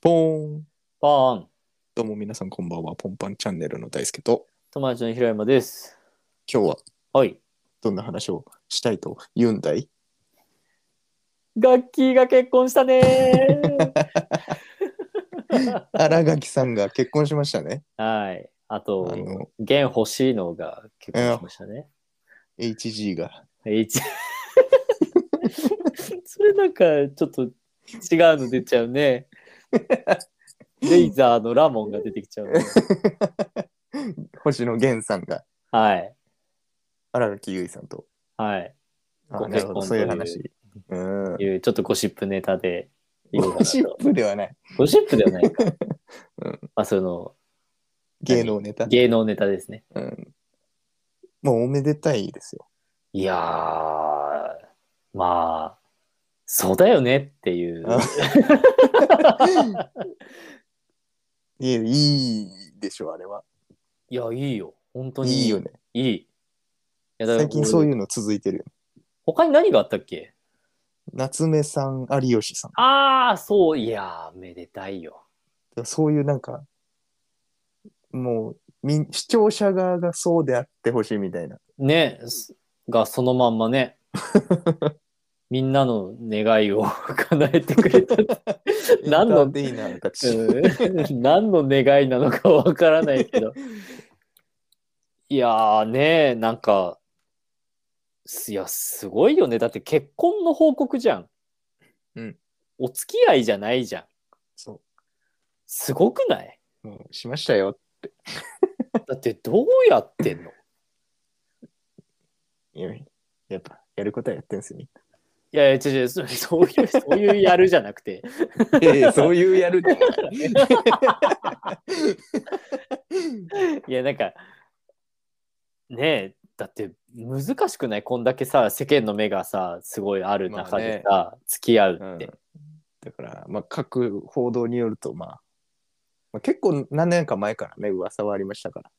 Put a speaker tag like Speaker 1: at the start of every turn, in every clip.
Speaker 1: ポーン。
Speaker 2: パーン
Speaker 1: どうも皆さんこんばんは。ポンパンチャンネルの大輔と、
Speaker 2: 友達の平山です。
Speaker 1: 今日は
Speaker 2: はい。
Speaker 1: どんな話をしたいと言うんだい
Speaker 2: ガッキーが結婚したね ー
Speaker 1: 新垣さんが結婚しましたね。
Speaker 2: はい。あ
Speaker 1: あ
Speaker 2: と、
Speaker 1: の、
Speaker 2: ゲン欲しいのが結婚しましたね。
Speaker 1: HG が。
Speaker 2: H それなんかちょっと違うの出ちゃ うね。レイザーのラモンが出てきちゃうね、
Speaker 1: 星野源さんが
Speaker 2: はい。
Speaker 1: 新垣結衣さんと。
Speaker 2: はい。
Speaker 1: あ
Speaker 2: ご
Speaker 1: な
Speaker 2: 結
Speaker 1: るほど、
Speaker 2: 婚
Speaker 1: そういう
Speaker 2: と
Speaker 1: 話。うん。
Speaker 2: いうちょっとゴシップネタでいこうか
Speaker 1: ゴ
Speaker 2: な
Speaker 1: シッ
Speaker 2: と。
Speaker 1: プではない。
Speaker 2: ゴシップではない か。
Speaker 1: うん
Speaker 2: まあその
Speaker 1: 芸能ネタ。
Speaker 2: 芸能ネタですね。
Speaker 1: うん。もうおめでたいですよ。
Speaker 2: いやー、まあ、そうだよねっていう。
Speaker 1: あいやいいでしょ、あれは。
Speaker 2: いや、いいよ。本当に。
Speaker 1: いいよね。
Speaker 2: いい。いや。
Speaker 1: 最近そういううの続いてるよね。
Speaker 2: 他に何があったっけ
Speaker 1: 夏目さん、有吉さん。
Speaker 2: ああ、そう、いやー、めでたいよ。
Speaker 1: だからそういうなんか、もうみん、視聴者側がそうであってほしいみたい な。
Speaker 2: ね、すがそのまん まね。みんなの願いを 叶えてくれた。何の
Speaker 1: エンターテイナーたち。
Speaker 2: うん何の願いなのかわからないけど。いやーね、なんか、すいや、すごいよね。だって結婚の報告じゃん。
Speaker 1: うん。
Speaker 2: お付き合いじゃないじゃん。
Speaker 1: そ。
Speaker 2: すごくないう
Speaker 1: もうしましたよ。
Speaker 2: だってどうやってんの
Speaker 1: いややっぱ、やることはやってんすよ、ね。
Speaker 2: いやいや、違う違う、そそういう、そういうやるじゃなくて。
Speaker 1: いやいやそういうやるでもない
Speaker 2: いや、なんか、ねえ、だって難しくないこんだけさ、世間の目がさ、すごいある中でさ、付き合う
Speaker 1: う
Speaker 2: っ
Speaker 1: ん
Speaker 2: て。
Speaker 1: だから、まあ、各報道によると、まあ、まあ、結構何年か前からね、噂はありましたから。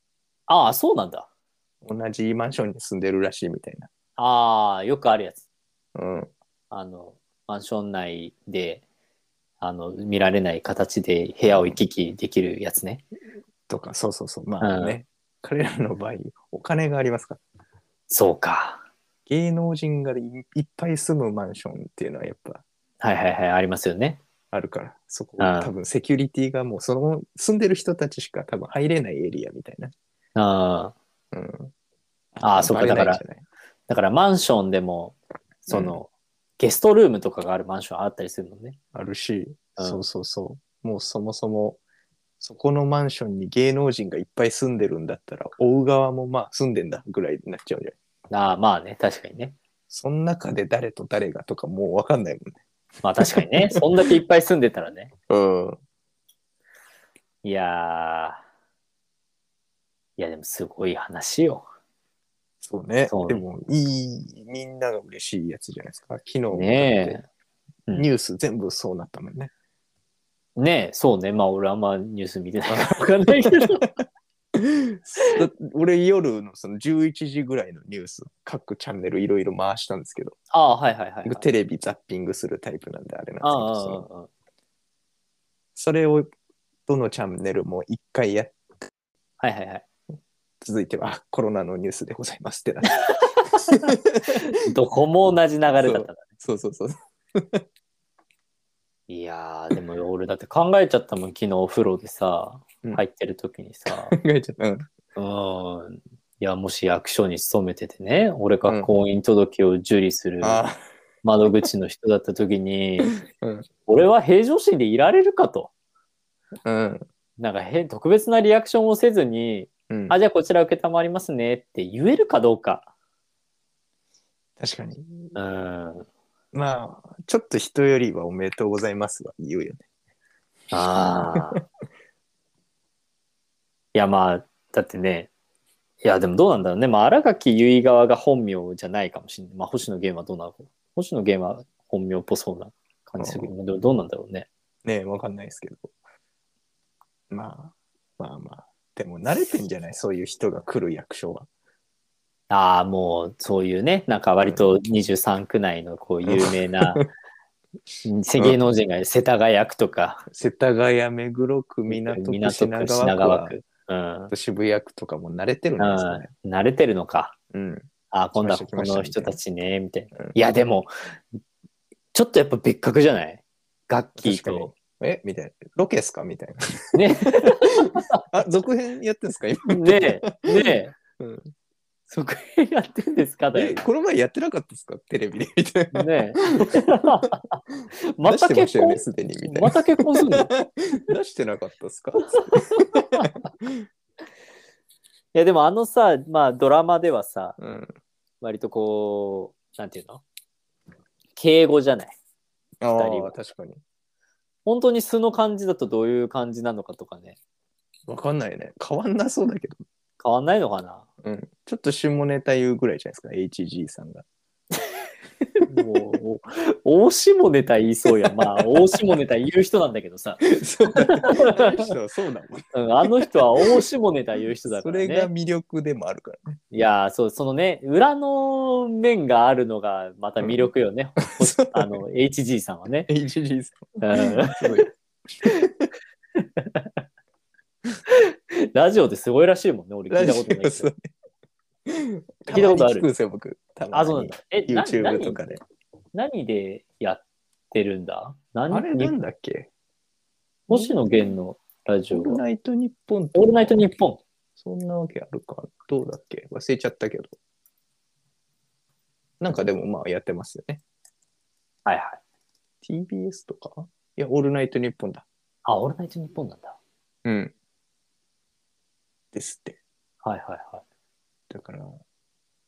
Speaker 2: ああ、そうなんだ。
Speaker 1: 同じマンションに住んでるらしいみたいな。
Speaker 2: ああ、よくあるやつ。
Speaker 1: うん。
Speaker 2: あの、マンション内で、あの、見られない形で部屋を行き来できるやつね。
Speaker 1: とか、そうそうそう。まあね、
Speaker 2: う
Speaker 1: 彼らの場合、お金がありますから
Speaker 2: そうか。
Speaker 1: 芸能人がいいっぱい住むマンションっていうのはやっぱ
Speaker 2: はいはいはい、ありますよね。
Speaker 1: あるからそこ
Speaker 2: ああ
Speaker 1: 多分セキュリティがもうその住んでる人たちしか多分入れないエリアみたいな、
Speaker 2: ああ
Speaker 1: うん、
Speaker 2: ああ、そうか、だ
Speaker 1: バ
Speaker 2: か
Speaker 1: レないん
Speaker 2: ら
Speaker 1: じ、ゃない
Speaker 2: だからマンションでも、その、ゲストルームとかがあるマンションあったりするのね。
Speaker 1: あるし、
Speaker 2: うん
Speaker 1: そうそうそうもうそもそもそこのマンションに芸能人がいっぱい住んでるんだったら追う側もまあ住んでんだぐらいになっちゃうじゃん
Speaker 2: ああ、まあね、確かにね。
Speaker 1: その中で誰と誰がとかもう分かんないもんね
Speaker 2: まあ確かに ね、そんだけいっぱい住んでたらね。
Speaker 1: うん
Speaker 2: いやー、いやでもすごい話よ。
Speaker 1: そうね
Speaker 2: そう
Speaker 1: でもいいみんなが嬉しいやつじゃないですか昨日もだって
Speaker 2: ねえうん
Speaker 1: ニュース全部そうなったもんね
Speaker 2: ねえ、そうね。まあ、俺あんまニュース見てないからわかんないけど。
Speaker 1: だ俺夜のその11時ぐらいのニュース各チャンネルいろいろ回したんですけど、
Speaker 2: ああ、はいはいはい、はい。
Speaker 1: 僕テレビザッピングするタイプなんであれなんですけ
Speaker 2: ああ
Speaker 1: ど
Speaker 2: あ
Speaker 1: その
Speaker 2: あああ、
Speaker 1: それをどのチャンネルも一回やっ
Speaker 2: はいはいはい。
Speaker 1: 続いてはコロナのニュースでございますってなって
Speaker 2: どこも同じ流れだったな
Speaker 1: そうそうそう
Speaker 2: いやー、でも俺だって考えちゃったもん、昨日お風呂でさ
Speaker 1: うん、
Speaker 2: 入ってる時 にさ、
Speaker 1: 考えちゃった、うん
Speaker 2: うーん、いや、もし役所に勤めててね、俺が婚姻届を受理する
Speaker 1: あ
Speaker 2: 窓口の人だった時に、
Speaker 1: うん
Speaker 2: 俺は平常心でいられるかと。
Speaker 1: あうん
Speaker 2: なんか変、特別なリアクションをせずに、
Speaker 1: うん
Speaker 2: あ、じゃあこちら承りますねって言えるかどうか。
Speaker 1: 確かに
Speaker 2: うん。
Speaker 1: まあちょっと人よりはおめでとうございますは言うよね
Speaker 2: ああ。いや、まあ、だってね、いや、でもどうなんだろうね。まあ、荒垣結衣側が本名じゃないかもしれない。まあ、星野源はどうなの星野源は本名っぽそうな感じするけど、でもどうなんだろうね。
Speaker 1: ねえわかんないですけどまあまあまあでも慣れてんじゃないそういう人が来る役所は
Speaker 2: ああ、もう、そういうね、なんか割と23区内のこう、有名な世芸能人が世田谷区とか、
Speaker 1: 世田谷、目黒区、港区、
Speaker 2: 港
Speaker 1: 品川
Speaker 2: 区、品
Speaker 1: 区は
Speaker 2: 川区。うん。
Speaker 1: 渋谷区とかも慣れてるんですかね。
Speaker 2: 慣れてるのか。
Speaker 1: うん。
Speaker 2: あ、今度は
Speaker 1: 来
Speaker 2: こ
Speaker 1: ました
Speaker 2: の人たちね、みたいな。
Speaker 1: うん
Speaker 2: いや、でも、ちょっとやっぱ別格じゃないガッキー
Speaker 1: 確かに
Speaker 2: と。。
Speaker 1: えみたいな。ロケっすかみたい
Speaker 2: ね
Speaker 1: な。あ、続編やってんすか今。
Speaker 2: ねえ、ねえ。
Speaker 1: うん
Speaker 2: そこやってんですかだ
Speaker 1: え、
Speaker 2: よ。
Speaker 1: この前やってなかったですかテレビで。みたいな。
Speaker 2: ねえ。 ま
Speaker 1: 出したてました
Speaker 2: 結
Speaker 1: よ
Speaker 2: 婚
Speaker 1: ね、すでに。みたい
Speaker 2: ま
Speaker 1: な。
Speaker 2: た結婚するのい
Speaker 1: 出してなかったですか
Speaker 2: や、でもあのさ、まあドラマではさ、
Speaker 1: うん。
Speaker 2: 割とこう、なんていうの敬語じゃない。
Speaker 1: あ
Speaker 2: 二人
Speaker 1: あ、
Speaker 2: は
Speaker 1: 確かに。
Speaker 2: 本当に素の感じだとどういう感じなのかとかね。
Speaker 1: わかんないね。変わんなそうだけど。
Speaker 2: 変わんないのかな
Speaker 1: うん。ちょっと下ネタ言うぐらいじゃないですか。HG さん が。
Speaker 2: もう、お 大下ネタ言いそうやん。まあ、大下ネタ言う人なんだけどさ。
Speaker 1: そうだね。あの人はそうだもん。
Speaker 2: うんあの人は大下ネタ言う人だ か
Speaker 1: そ
Speaker 2: ら
Speaker 1: れが
Speaker 2: ね。
Speaker 1: 魅力でもあるからね。
Speaker 2: いやーそう、そのね、裏の面があるのがまた魅力よね。
Speaker 1: そう
Speaker 2: あの、HG さんはね。
Speaker 1: HG さ
Speaker 2: うん
Speaker 1: ん。すごい。
Speaker 2: ラジオってすごいらしいもんね。俺聞
Speaker 1: ラ
Speaker 2: い
Speaker 1: ジ
Speaker 2: た
Speaker 1: オ
Speaker 2: ことないけ
Speaker 1: そう
Speaker 2: ど。
Speaker 1: ね
Speaker 2: こと
Speaker 1: たま
Speaker 2: ある
Speaker 1: に聞くんですよ、僕。たまに
Speaker 2: あ、そうなんだ。え、な
Speaker 1: YouTube とかで。
Speaker 2: 何何でやってるんだ何
Speaker 1: あれ
Speaker 2: に
Speaker 1: なんだっけ
Speaker 2: 星野源のラジ
Speaker 1: オ
Speaker 2: オ
Speaker 1: ール
Speaker 2: は。
Speaker 1: ナイトニッポン
Speaker 2: オールナイトニッポン。
Speaker 1: そんなわけあるかどうだっけ忘れちゃったけど。なんかでもまあやってますよね。
Speaker 2: はいはい。
Speaker 1: TBS とかいや、オールナイトニッポンだ。
Speaker 2: あ、オールナイトニッポンなんだ。
Speaker 1: うん。ですって。
Speaker 2: はいはいはい。
Speaker 1: だから、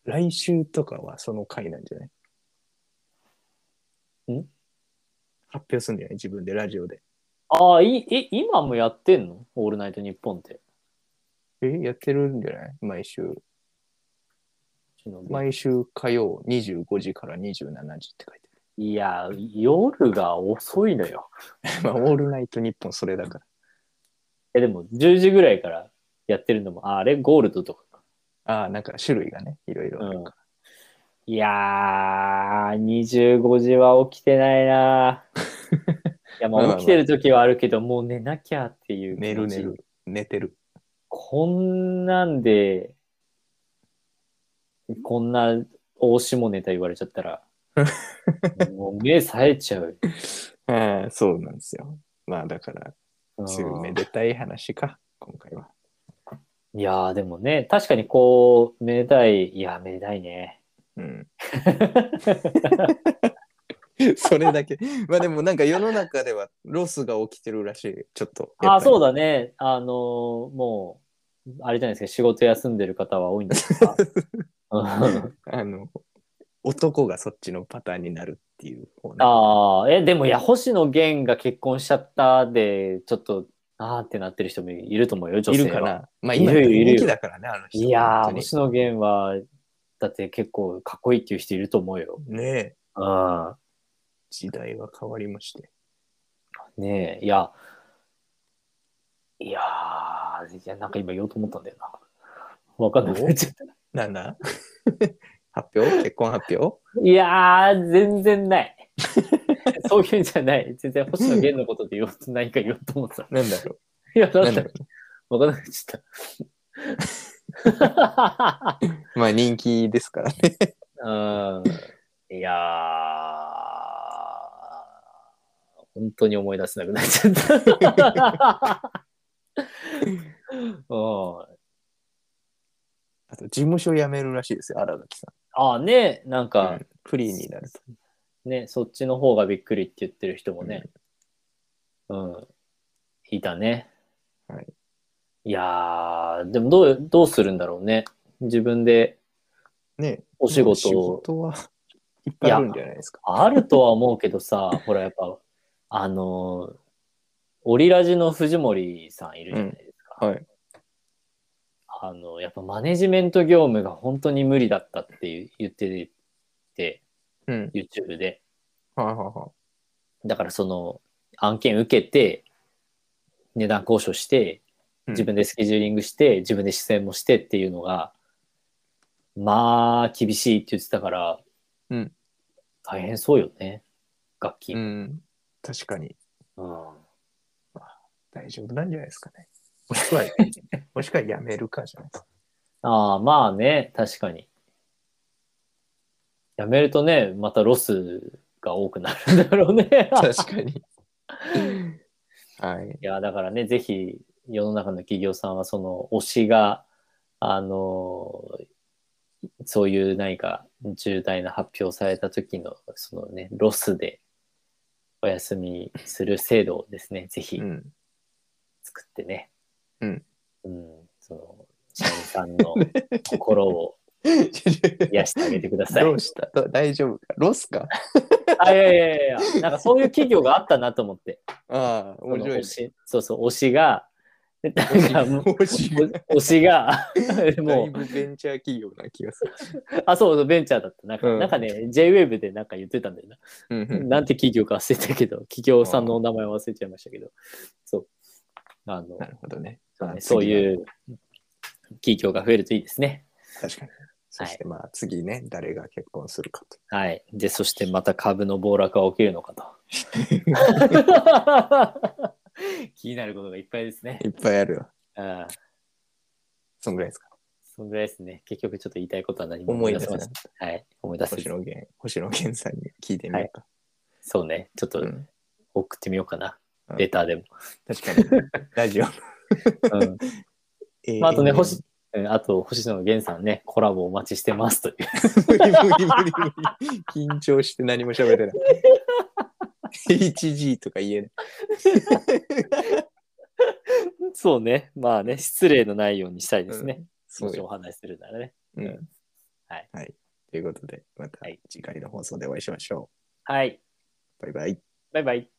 Speaker 1: 来週とかはその回なんじゃない
Speaker 2: ん
Speaker 1: 発表するんじゃない自分でラジオで。
Speaker 2: ああ、い、え、今もやってんのオールナイトニッポンって。
Speaker 1: え、やってるんじゃない毎週。
Speaker 2: 星野源
Speaker 1: 毎週火曜25時から27時って書いて
Speaker 2: いや、夜が遅いのよ。
Speaker 1: ある。まあ、 オールナイトニッポンそれだから。
Speaker 2: え、でも10時ぐらいからやってるのも、ああれゴールドとかか。
Speaker 1: ああ、なんか種類がね、いろいろあるから。
Speaker 2: いやー、25時は起きてな いないや、
Speaker 1: まあ
Speaker 2: ま
Speaker 1: まあ
Speaker 2: あ起きてる時はあるけど、もう寝なきゃっていう気持ち
Speaker 1: 寝る寝る。寝てる。
Speaker 2: こんなんで、こんな大下ネタ言われちゃっ たら、もう目冴えちゃう。
Speaker 1: ああ、そうなんですよ。まあだから、
Speaker 2: うん
Speaker 1: すぐめでたい話か、今回は。
Speaker 2: いやーでもね、確かにこう、めでたい、いや、めでたいね。
Speaker 1: うん。 それだけ。まあでもなんか世の中ではロスが起きてるらしい。ちょっと。
Speaker 2: あー、そう
Speaker 1: だ。
Speaker 2: だね。あのーもう、あれじゃないですか、仕事休んでる方は多いんです かうん
Speaker 1: あの、男がそっちのパターンになるっていう方ね。
Speaker 2: ああ、え、でも、いや、星野源が結婚しちゃったで、ちょっと、あーってなってる人もいると思うよ、女
Speaker 1: い
Speaker 2: 性は。
Speaker 1: るかな。まあ
Speaker 2: いる
Speaker 1: 今、
Speaker 2: よいるよ
Speaker 1: 人気だからね、あの人。
Speaker 2: いやー、
Speaker 1: 本当に
Speaker 2: 星野源は、だって結構かっこいいっていう人いると思うよ。
Speaker 1: ねえ、
Speaker 2: うん。
Speaker 1: 時代は変わりまして。
Speaker 2: ねえ、いや、いやー、いやなんか今言おうと思ったんだよな。わかんなくなっ ちゃった。
Speaker 1: なん だ発表結婚発表
Speaker 2: いやー、全然 ない。そういうんじゃない。全然星野源のことで言おうと何か言おうと思ってた。
Speaker 1: なんだろ
Speaker 2: いや、
Speaker 1: う
Speaker 2: な
Speaker 1: なんん
Speaker 2: だ
Speaker 1: だ
Speaker 2: ろ
Speaker 1: ろ
Speaker 2: う。わかんなくなっちゃった。
Speaker 1: うまあ人気ですからね。
Speaker 2: うんいやー、本当に思い出せなくなっちゃった。 うん
Speaker 1: あと事務所辞めるらしいですよ、荒垣さ
Speaker 2: ああね、なん
Speaker 1: う
Speaker 2: か
Speaker 1: ん。フリーになると。
Speaker 2: ね、そっちの方がびっくりって言ってる人もね、うん、いたね。
Speaker 1: はい、
Speaker 2: いやー、でもどうどうするんだろうね。自分で
Speaker 1: ね
Speaker 2: お仕事
Speaker 1: 仕
Speaker 2: を
Speaker 1: 事はいっぱいあるんじゃないですか。
Speaker 2: あるとは思うけどさ、ほらやっぱ、あのーオリラジの藤森さんいるじゃないですか。
Speaker 1: はい。
Speaker 2: あの、やっぱマネジメント業務が本当に無理だったっていう言ってて、
Speaker 1: うん。
Speaker 2: YouTube で。
Speaker 1: はあ、はあはあ、
Speaker 2: だからその案件受けて、値段交渉して、
Speaker 1: うん
Speaker 2: 自分でスケジューリングして、自分で視線もしてっていうのが、まあ、厳しいって言ってたから、
Speaker 1: うん
Speaker 2: 大変そうよね。楽器。
Speaker 1: うん。確かに
Speaker 2: うん
Speaker 1: 大丈夫なんじゃないですか ね。もしくは、もしくはやめるかじゃないですか。
Speaker 2: ああ、まあね、確かに。やめるとね、またロスが多くなるんだろうね。
Speaker 1: 確かに。はい。
Speaker 2: いや、だからね、ぜひ世の中の企業さんは、その推しが、あのそういう何か重大な発表された時の、そのね、ロスでお休みする制度をですね、ぜ ひ
Speaker 1: うん。
Speaker 2: 作ってね、
Speaker 1: うん。
Speaker 2: うん、その、社員さ んの心を癒してあげてください
Speaker 1: ど。うしたど大丈夫かロスか
Speaker 2: あ、いやいやいやいや、なんかそういう企業があったなと思って。
Speaker 1: ああ、面白いね
Speaker 2: その推。しそうそう、推しが、なんか
Speaker 1: 推しが
Speaker 2: 推し が、
Speaker 1: だ
Speaker 2: も、
Speaker 1: いうぶベンチャー企業な気がする。
Speaker 2: あ、そうそう、ベンチャーだった。なんか、
Speaker 1: うん
Speaker 2: なんかね、JWave でなんか言ってたんだよな。
Speaker 1: うんうん
Speaker 2: なんて企業か忘れたけど、企業さんのお名前忘れちゃいましたけど、そう。あの
Speaker 1: な、るほどね。
Speaker 2: そう
Speaker 1: う。
Speaker 2: いう企業が増えるといいですね。
Speaker 1: 確かに。そしてまあ次ね、誰が結婚するかと。
Speaker 2: はい。で、そしてまた株の暴落が起きる のかと。気になることがいっぱいですね。
Speaker 1: いっぱいあるよ。
Speaker 2: うん
Speaker 1: そんぐらいですか。
Speaker 2: そんぐらいですね。結局ちょっと言いたいことは何も
Speaker 1: 思い出
Speaker 2: せ
Speaker 1: せ
Speaker 2: ま
Speaker 1: な
Speaker 2: せ
Speaker 1: かっ
Speaker 2: んはい。思い出
Speaker 1: た。
Speaker 2: せ
Speaker 1: 星
Speaker 2: ず
Speaker 1: 野源、星野源さんに聞いてみようか。
Speaker 2: そうね。ちょっ
Speaker 1: う
Speaker 2: と
Speaker 1: ん
Speaker 2: 送ってみようかな。
Speaker 1: うん
Speaker 2: レターで も。
Speaker 1: 確かに。ラ ジオ。
Speaker 2: うんまあ、あとね、星、うんあと、星野源さんね、コラボお待ちしてますという。
Speaker 1: 無理無理無理無理。緊張して何も喋れ ない。HG とか言えない。
Speaker 2: そうね。まあね、失礼のないようにしたいですね。
Speaker 1: そ
Speaker 2: も
Speaker 1: う
Speaker 2: し
Speaker 1: よ
Speaker 2: お。話しするならね。
Speaker 1: うん
Speaker 2: はい。
Speaker 1: はい。ということで、また
Speaker 2: はい
Speaker 1: 次回の放送でお会いしましょ
Speaker 2: はい。
Speaker 1: う。バイバイ。
Speaker 2: バイバイ。